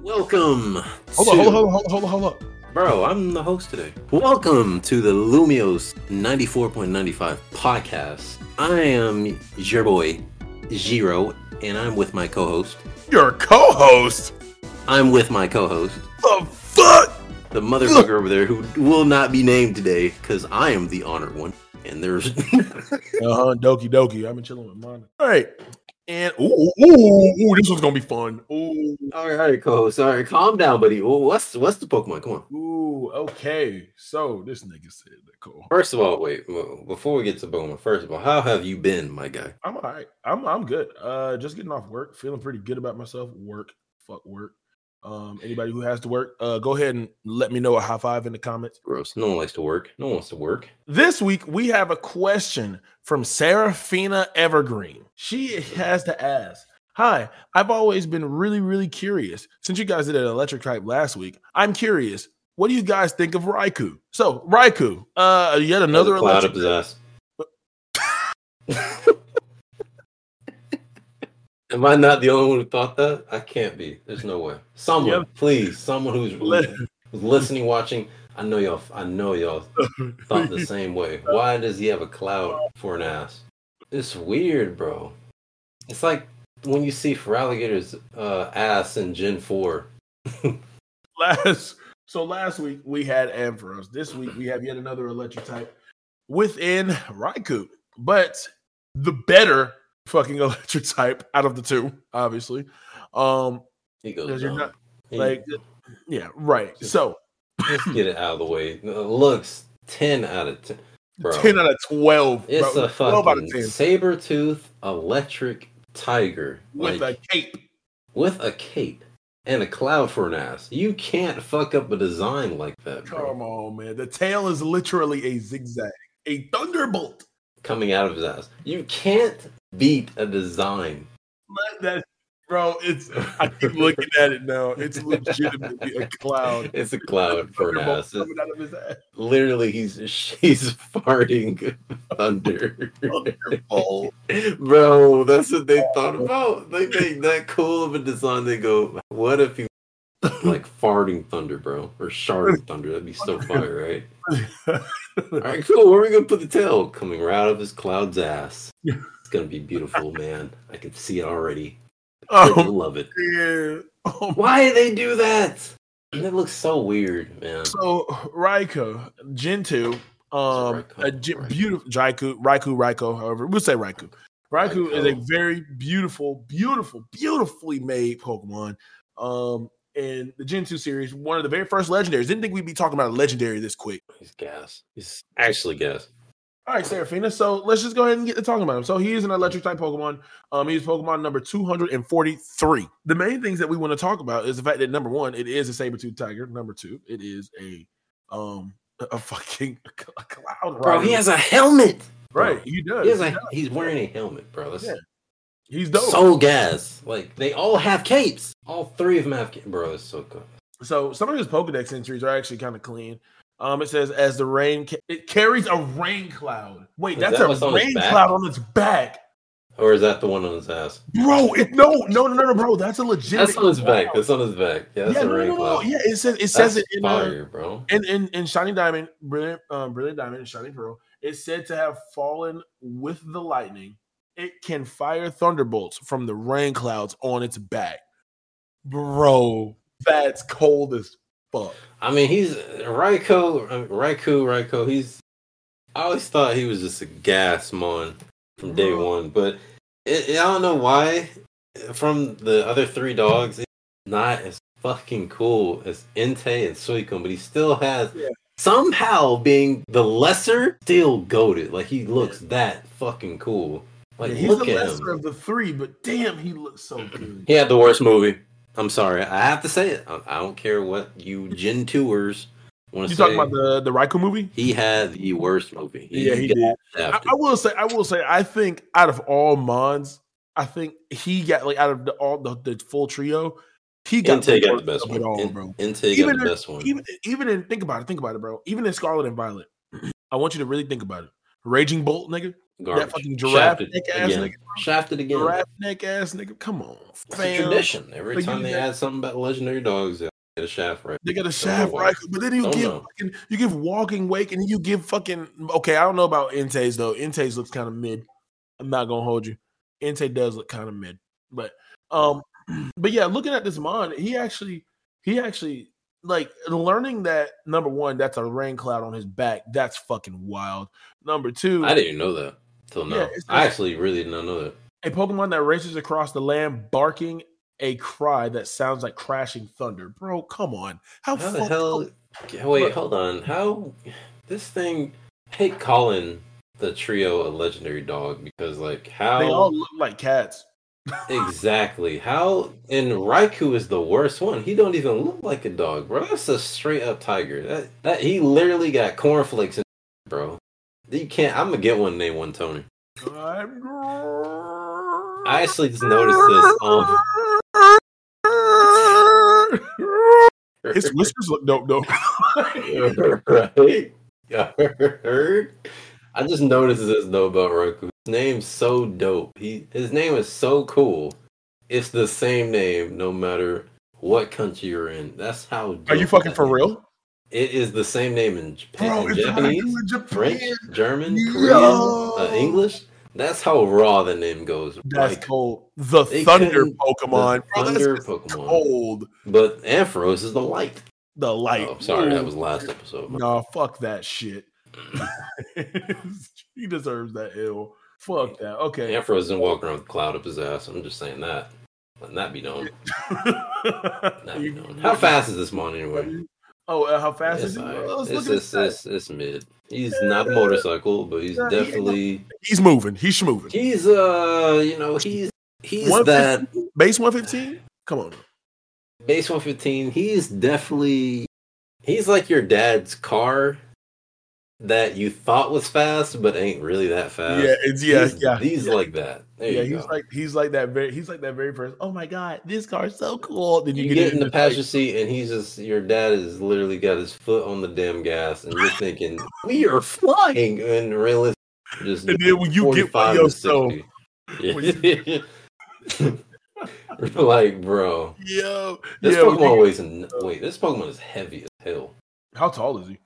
Welcome. Hold on, to- hold on, hold on, hold on, hold on. Bro, I'm the host today. Welcome to the Lumios 94.95 podcast. I am your boy, Jiro, and I'm with my co host. Your co-host. I'm with my co host, The fuck? the motherfucker over there who will not be named today because I am the honored one. And there's. Uh huh. Doki doki. I've been chilling with mine. All right. And ooh, ooh, ooh, ooh, this one's gonna be fun. Ooh, all right, all right, co host. All right, calm down, buddy. Well, What's, what's the Pokemon? Come on. ooh. Okay. So this nigga said that cool. First of all, wait, well, before we get to Bowman, first of all, how have you been, my guy? I'm all right. I'm I'm good. Uh, just getting off work, feeling pretty good about myself. Work, fuck work. Um, anybody who has to work, uh, go ahead and let me know a high five in the comments. Gross. No one likes to work. No one wants to work. This week, we have a question from Serafina Evergreen. She has to ask Hi, I've always been really, really curious. Since you guys did an electric type last week, I'm curious. What do you guys think of Raikou? So, Raikou, uh, yet another Another cloud electric. up his ass. Am I not the only one who thought that? I can't be. There's no way. Someone, Yep. please, someone who's, Let- who's listening, watching. I know y'all. I know y'all thought the same way. Why does he have a cloud for an ass? It's weird, bro. It's like when you see Feraligator's uh, ass in Gen Four. last so last week we had Ampharos. This week we have yet another electric type within Raikou, but the better fucking electric type out of the two, obviously. Um, He goes, Because you're dumb. not- He- like yeah, right. So Let's get it out of the way. Uh, Looks ten out of ten, bro. ten out of twelve. it's bro. a fucking saber tooth electric tiger with like, a cape. with a cape and a cloud for an ass. You can't fuck up a design like that, bro. Come on, man. The tail is literally a zigzag, a thunderbolt. Coming out of his ass. You can't beat a design. Let That bro, it's. I keep looking at it now. It's legitimately a cloud. It's a cloud Uh, for an Thunderbolt ass. coming out of his ass. Literally, he's she's farting thunder. Oh, Bro, that's what they thought about. They make that cool of a design. They go, what if you like farting thunder, bro, or sharding thunder? That'd be so fire, right? All right, cool. Where are we gonna put the tail? Coming right out of his cloud's ass. It's gonna be beautiful, man. I can see it already. I oh love it. man. Oh, my- Why they do that? It looks so weird, man. so Raiko, Gentoo, um, Raikou, a ge- Raikou. beautiful Jaiku, Raikou, Raikou. However, we'll say Raikou. Raikou is a Raikou. very beautiful, beautiful, beautifully made Pokemon. Um, in the Gentoo series, one of the very first legendaries. Didn't think we'd be talking about a legendary this quick. He's gas. He's actually gas. All right, Serafina. So let's just go ahead and get to talking about him. So he is an electric type Pokemon. Um, he's Pokemon number 243. The main things that we want to talk about is the fact that number one, it is a saber tooth tiger. Number two, it is a um a- a fucking a cloud Bro, rider. he has a helmet. right. He does. He has a, he's wearing a helmet, bro. That's Yeah. he's dope. So, so gas. Like they all have capes. All three of them have capes. Bro, that's so cool. some of his Pokedex entries are actually kind of clean. Um, it says as the rain ca- it carries a rain cloud. Wait, Is that's that what's a on his rain back? cloud on its back, Or is that the one on his ass? bro. It, no, no, no, no, no, bro. That's a legitimate. That's on his cloud. back. That's on his back. Yeah, that's yeah, a no, no, rain no, no. cloud. Yeah, it says it That's says it in, uh, fire, bro. in in in Shining Diamond, Brilliant, um, Brilliant Diamond, and Shining Pearl. It's said to have fallen with the lightning. It can fire thunderbolts from the rain clouds on its back, bro. That's cold as fuck. I mean, he's Raikou, I mean, Raikou, Raikou. He's. I always thought he was just a gas mon from day Bro. one, but it, it- I don't know why. From the other three dogs, it's not as fucking cool as Entei and Suicune, but he still has Yeah. somehow being the lesser still goaded. Like he looks that fucking cool. Like Yeah, he's look the at lesser him. of the three, but damn, he looks so good. He had the worst movie. I'm sorry, I have to say it. I, I don't care what you Gen Tours want You to say. talking about the the Raikou movie? He had the worst movie. Yeah, he did. I, shafted. I will say, I will say, I think out of all Mons, I think he got like out of the all the, the full trio, he got, Entei got worst the best of it one. all, In- bro. Entei got Even the if- best one. Even even in think about it, think about it, bro. Even in Scarlet and Violet, I want you to really think about it. Raging Bolt, nigga. That Garbage. fucking giraffe Shafted neck ass again. nigga. Shafted again. Giraffe neck ass nigga. Come on. It's a fam. tradition. Every Like, time you they got- add something about legendary dogs, they get a shaft right. They got a shaft know. rifle, but then you Don't give know. fucking, you give walking wake, and you give fucking okay. I don't know about Intes though. Intes looks kind of mid. I'm not gonna hold you. Inte does look kind of mid, but um, but yeah, looking at this mon, he actually he actually like learning that number one, that's a rain cloud on his back. That's fucking wild. Number two, I didn't even know that till now. Yeah, it's- I actually really did not know that. a Pokemon that races across the land, barking a cry that sounds like crashing thunder. Bro, come on, how, How the fucked hell? up- yeah, Wait, Look. hold on. How this thing? I hate calling the trio a legendary dog because, like, how They all look like cats. exactly? How and Raikou is the worst one. He don't even look like a dog, bro. That's a straight up tiger. That that he literally got cornflakes, in, bro. You can't. I'm gonna get one name one Tony. I'm I actually just noticed this. Um, His whiskers look dope, though. right? Y'all heard? I just noticed this though about Roku. His name's so dope. He his name is so cool. It's the same name no matter what country you're in. That's how. Are you dope fucking that for name- real, It is the same name in Japan, in it's Japanese, in Japan. French, German, Yo. Korean, uh, English. That's how raw the name goes. That's like, cold. The They Thunder couldn't- Pokemon. the Bro, Thunder that's Pokemon. cold. But Ampharos is the light. The light. Oh, sorry, that was last episode. Nah, fuck that shit. he deserves that ill. Fuck that. Okay. Ampharos doesn't walk around with a cloud up his ass. I'm just saying that. Let that be known. Let that be known. How fast is this mon anyway? Oh, uh, how fast It's, is he? alright. Well, let's it's, uh, look at it's, his stats. it's, it's mid. He's not a motorcycle, but he's Yeah, he ain't definitely He's moving. He's schmoving. he's uh you know he's he's One that Base 115? Come on. base 115. He's definitely he's like your dad's car that you thought was fast but ain't really that fast. yeah, it's yeah, Uh, he's, yeah. He's like that. There yeah, you he's go. like he's like that very he's like that very first. Oh my god, this car is so cool. Then You, get in the passion. passenger seat, and he's just your dad has literally got his foot on the damn gas, and you're thinking we are flying, and realistic just And then when you get 45 by to yourself, 60. Yeah. like, bro, yo, this yeah, when Pokemon you- uh, weighs n- wait, this Pokemon is heavy as hell. how tall is he?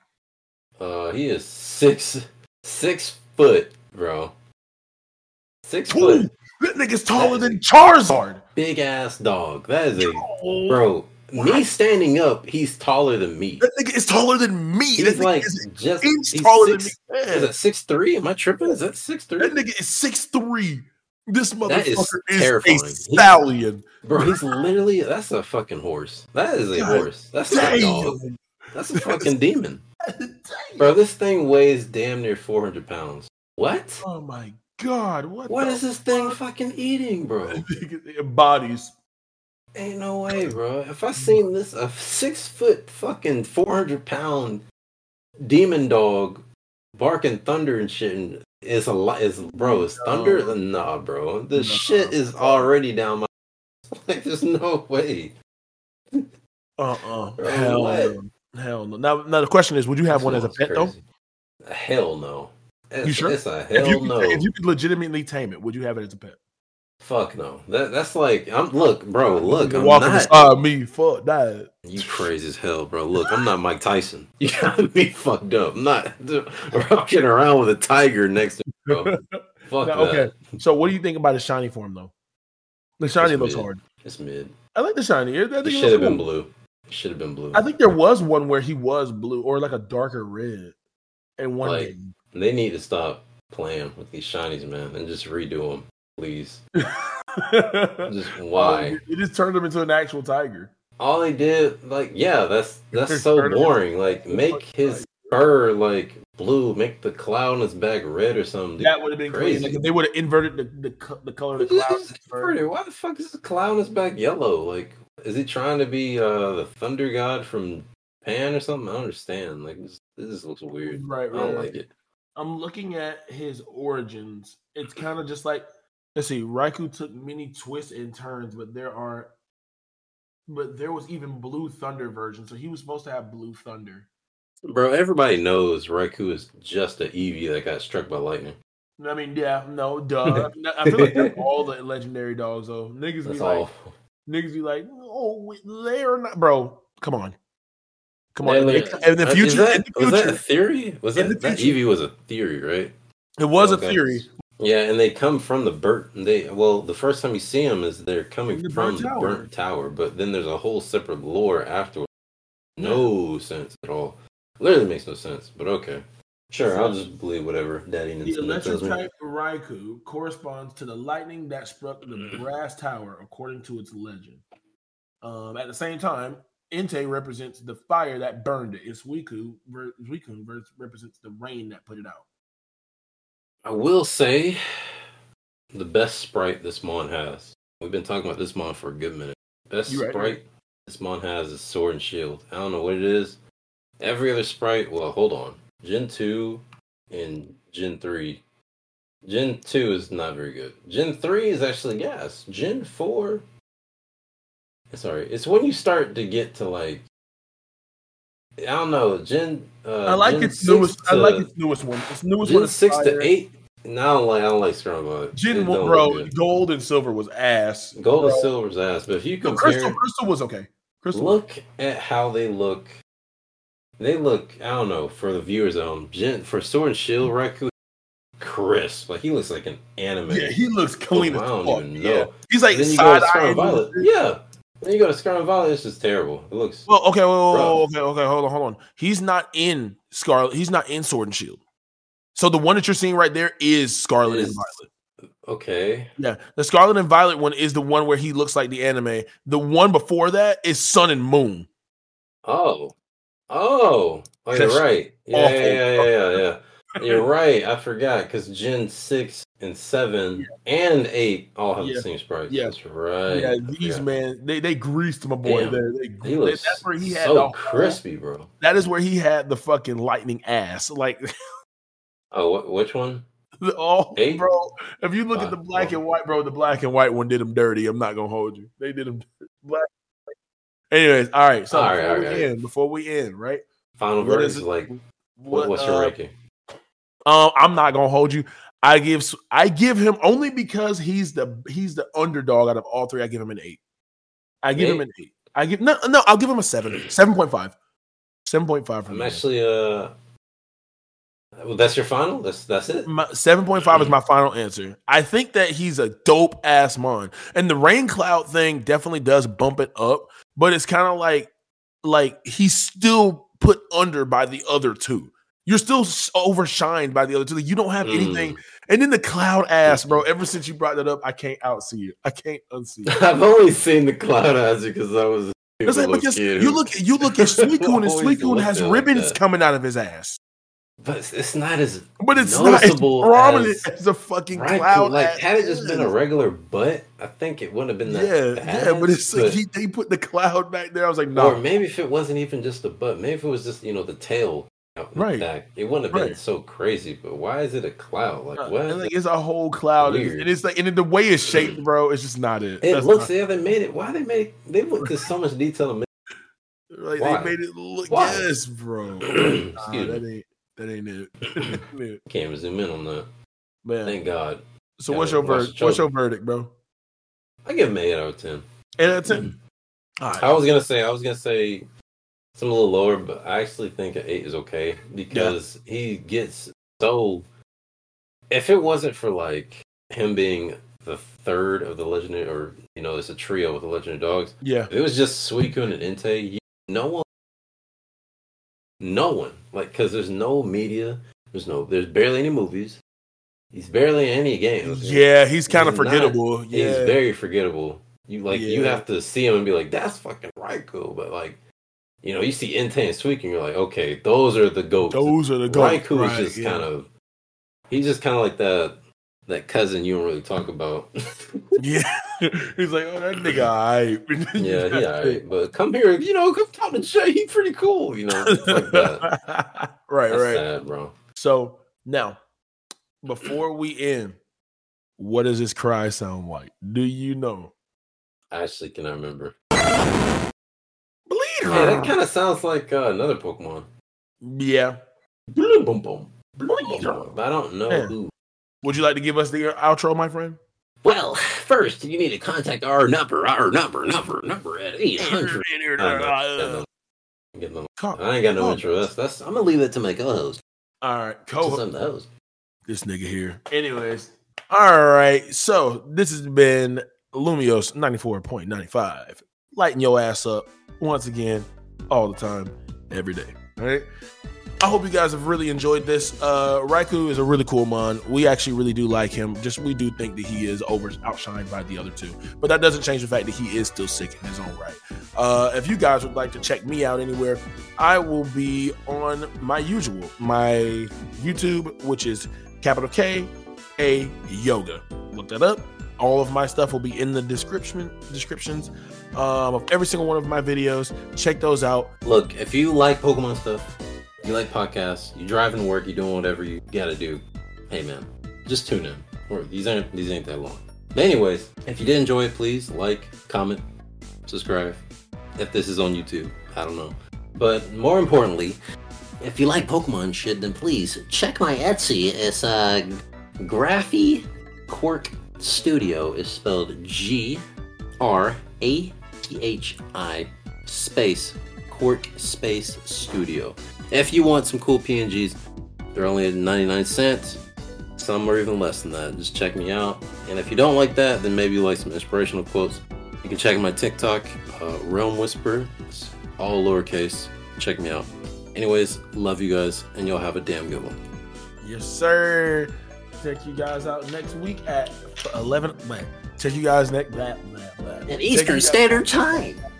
Uh, he is six six foot, bro. Six Ooh, foot, that nigga's taller than Charizard. big ass dog. That is a Oh, bro. Me standing up, he's taller than me. That nigga is taller than me. He's that nigga like is just an he's inch taller six, than me. Is Yeah. that six three? Am I tripping? Is that six three? That nigga is six three. This motherfucker That is is, terrifying. a stallion. Bro, he's literally that's a fucking horse. That is a God horse. That's not a dog. Damn. That's a fucking demon. Bro, this thing weighs damn near four hundred pounds. What? Oh my god. What, What the is this thing fucking eating, bro? bodies? Ain't no way, bro. If I seen this a six foot fucking four hundred pound demon dog barking thunder and shit and is a lot is bro, is thunder No. nah bro. The No. shit is already down my like there's no way. Uh uh Bro, Hell what? no. Hell no. Now, now the question is, would you have one as a pet though? though? Hell no. It's, You sure? It's a hell If you, could- no. if you could legitimately tame it, would you have it as a pet? Fuck no. That that's like I'm look, bro. Oh, Look, I'm walking not. beside me, fuck that. You crazy as hell, bro. Look, I'm not Mike Tyson. You gotta be fucked up. I'm not walking around with a tiger next to me, bro. Oh, Fuck Now, that. okay. So what do you think about the shiny form though? The shiny It's looks mid. hard. It's mid. I like the shiny. I think It it should looks have been cool. blue. It should have been blue. I think there was one where he was blue or like a darker red in one Like- game. they need to stop playing with these shinies, man, and just redo them, please. Just why? It just turned him into an actual tiger. all they did like yeah that's that's Just so turn it- boring like make Fucking his fur like blue make the cloud on his back red or something dude. That would have been crazy. Crazy. Like, if they would have inverted the, the co- the color of the Just- cloud. just inverted. why the fuck is the cloud on his back yellow like is he trying to be uh the thunder god from japan or something i don't understand like this, this just looks weird Oh Right, i don't right. like it I'm looking at his origins. It's kind of just like let's see, Raikou took many twists and turns, but there are but there was even blue thunder version, so he was supposed to have blue thunder. bro everybody knows Raikou is just a eevee that got struck by lightning I mean, yeah, no, duh. I feel like that's all the legendary dogs though. Niggas That's be like, awful. niggas be like, oh, they are not, bro. Come on, come on. Hey, look, in the uh, is future, that- in the was that a future, theory? Was In that, the that future. Evie was a theory, right? it was a Okay. theory. Yeah, and they come from the burnt. They well, the first time you see them is they're coming The from burnt the tower. burnt tower, but then there's a whole separate lore afterwards. No sense at all. Literally makes no sense. But okay, sure, I'll just believe whatever Daddy The Nintendo electric tells me. type Raikou corresponds to the lightning that struck Mm. the brass tower, according to its legend. Um, at the same time, Entei represents the fire that burned it. Its Suicune ver- Suicune ver- represents the rain that put it out. I will say, the best sprite this mon has. We've been talking about this mon for a good minute. Best You right, sprite this mon has is Sword and Shield. I don't know what it is. Every other sprite. Well, hold on. Gen two and Gen three. Gen two is not very good. Gen three is actually gas. Gen four. Sorry, it's when you start to get to like. I don't know. Gen. Uh, I like Gen its six newest. I like to- its newest one. Its newest one Gen is six fire. to eight. No, I don't like I don't like Strongbow. It Gen don't one, look bro. good. Gold and silver was ass. Gold and bro. silver's ass, but if you No, compare, crystal, crystal was okay. Crystal, was- look at how they look. They look. I don't know for the viewers at home. Gen for Sword and Shield, Raikou, crisp. Like he looks like an anime. yeah, he looks clean I as don't fuck. even know. Yeah. he's like then you go side to Scarlet Violet. eye. Yeah. Then you go to Scarlet Violet. It's just terrible. It looks. Well, okay, whoa, whoa, whoa, Bro. okay, okay, hold on, hold on. He's not in Scarlet. He's not in Sword and Shield. So the one that you're seeing right there is Scarlet and Is- Violet. Okay. Yeah, the Scarlet and Violet one is the one where he looks like the anime. The one before that is Sun and Moon. Oh. Oh. Oh, you're That's right. Yeah, awful. yeah, yeah, yeah, yeah, yeah. You're right. I forgot because Gen six and seven and eight all have Yeah. the same sprites. Yeah. That's right. yeah, I these forgot. man, they they greased my boy Uh, Damn. there. They, He gre- looks that's where he had so the whole- crispy, bro. That is where he had the fucking lightning ass. Like, Oh, wh- which one? the- oh, Eight? bro, if you look at Uh, the black well. and white, bro, the black and white one did him dirty. I'm not gonna hold you. They did him dirty. black. Anyways, all right. So All right, before all we right. end, before we end, right? Final What verdict is is it? like, what, what's your uh, ranking? Um, I'm not gonna hold you. I give s- I give him only because he's the he's the underdog out of all three. I give him an eight. I give him Eight? an eight. I give no no. I'll give him a seven. Seven point five. Seven point five for I'm me. actually uh. Well, that's your final. That's that's it. My, 7.5 is my final answer. I think that he's a dope ass mon. And the rain cloud thing definitely does bump it up, but it's kind of like like he's still put under by the other two. You're still s- overshined by the other two. Like, you don't have Mm. anything. And then the cloud ass, bro. Ever since you brought that up, I can't outsee it. I can't unsee it. I've only seen the cloud eyes because I was. a It's like, little because kid you who- look, you look at Suicune, and Always Suicune looked has at it like ribbons that. coming out of his ass, but it's- it's not as but it's not as Noticeable prominent as- as, a fucking Right, 'cause, cloud. like ass had it just been a is. regular butt, I think it wouldn't have been yeah, that bad. yeah, but it's like but- he, they put the cloud back there. I was like, no, or maybe if it wasn't even just the butt, maybe if it was just you know the tail out in the Right. back, it wouldn't have been Right. Uh, so crazy. But why is it a cloud? Like nah. what? And, like, it's a whole cloud, and it's- Weird. Mm. and it's like, and then the way it's shaped, bro, it's just not it. it That's looks not- yeah, they made it. Why they made they went to so much detail. To make, like why? they made it look. Why? Yes, bro. Excuse Nah, me. that ain't that ain't it. That ain't it. Can't zoom in on that. Man, Thank God. so gotta what's your watch the verdict? What's your children. verdict, bro? I give him an eight out of ten. Eight out of Mm. ten. All right. I was gonna say I was gonna say some a little lower, but I actually think an eight is okay because he gets so. If it wasn't for like him being the third of the legendary, or you know, it's a trio with the legendary dogs, Yeah, if it was just Suicune and Entei. You, no one, no one, like because there's no media, there's no, there's barely any movies. He's barely in any games. yeah, he's kind of He's not- forgettable. yeah, He's very forgettable. You like you Yeah. have to see him and be like, that's fucking Raikou. But like, you know, you see Entei and Suicune, you're like, okay, those are the goats. those are the goats. Raikou right, is just yeah. kind of he's just kind of like that that cousin you don't really talk about. yeah. he's like, oh, that nigga, all right. yeah, he alright, but come here, you know, come talk to Jay. He's pretty cool, you know, it's like that. right, right. That's sad, bro. So now, before we end, what does this cry sound like? Do you know? I actually cannot remember. Bleeder. Yeah, that kind of sounds like uh, another Pokemon. Yeah. Boom, boom, boom. Boom, boom, boom. But I don't know Yeah. who Would you like to give us the outro, my friend? Well, first you need to contact our number, our number, number, number at eight hundred. I ain't got no intro. That's, that's I'm gonna leave that to my co-host. All right, Since co I'm the host. this nigga here. Anyways, all right. So this has been Lumios 94.95. Lighting your ass up once again, all the time, every day. All right. I hope you guys have really enjoyed this. Uh Raikou is a really cool man. We actually really do like him. Just we do think that he is over outshined by the other two. But that doesn't change the fact that he is still sick in his own right. Uh if you guys would like to check me out anywhere, I will be on my usual, my YouTube, which is capital K A yoga. Look that up. All of my stuff will be in the description descriptions um, of every single one of my videos. Check those out. Look, if you like Pokemon stuff, you like podcasts, you driving to work, you doing whatever you gotta do. Hey man, just tune in. Or these aren't these ain't that long. But anyways, if you did enjoy it, please like, comment, subscribe. If this is on YouTube, I don't know. But more importantly, if you like Pokemon shit, then please check my Etsy. It's uh, Graphy Quirk Studio is spelled G R A T H I space Quirk space Studio. If you want some cool PNGs, they're only at 99 cents. Some are even less than that. Just check me out. And if you don't like that, then maybe you like some inspirational quotes. You can check my TikTok, uh, Realm Whisper. It's all lowercase. Check me out. Anyways, love you guys, and y'all have a damn good one. Yes, sir. Check you guys out next week at eleven. Man, check you guys next. Blah, blah, blah. Check you guys- Time.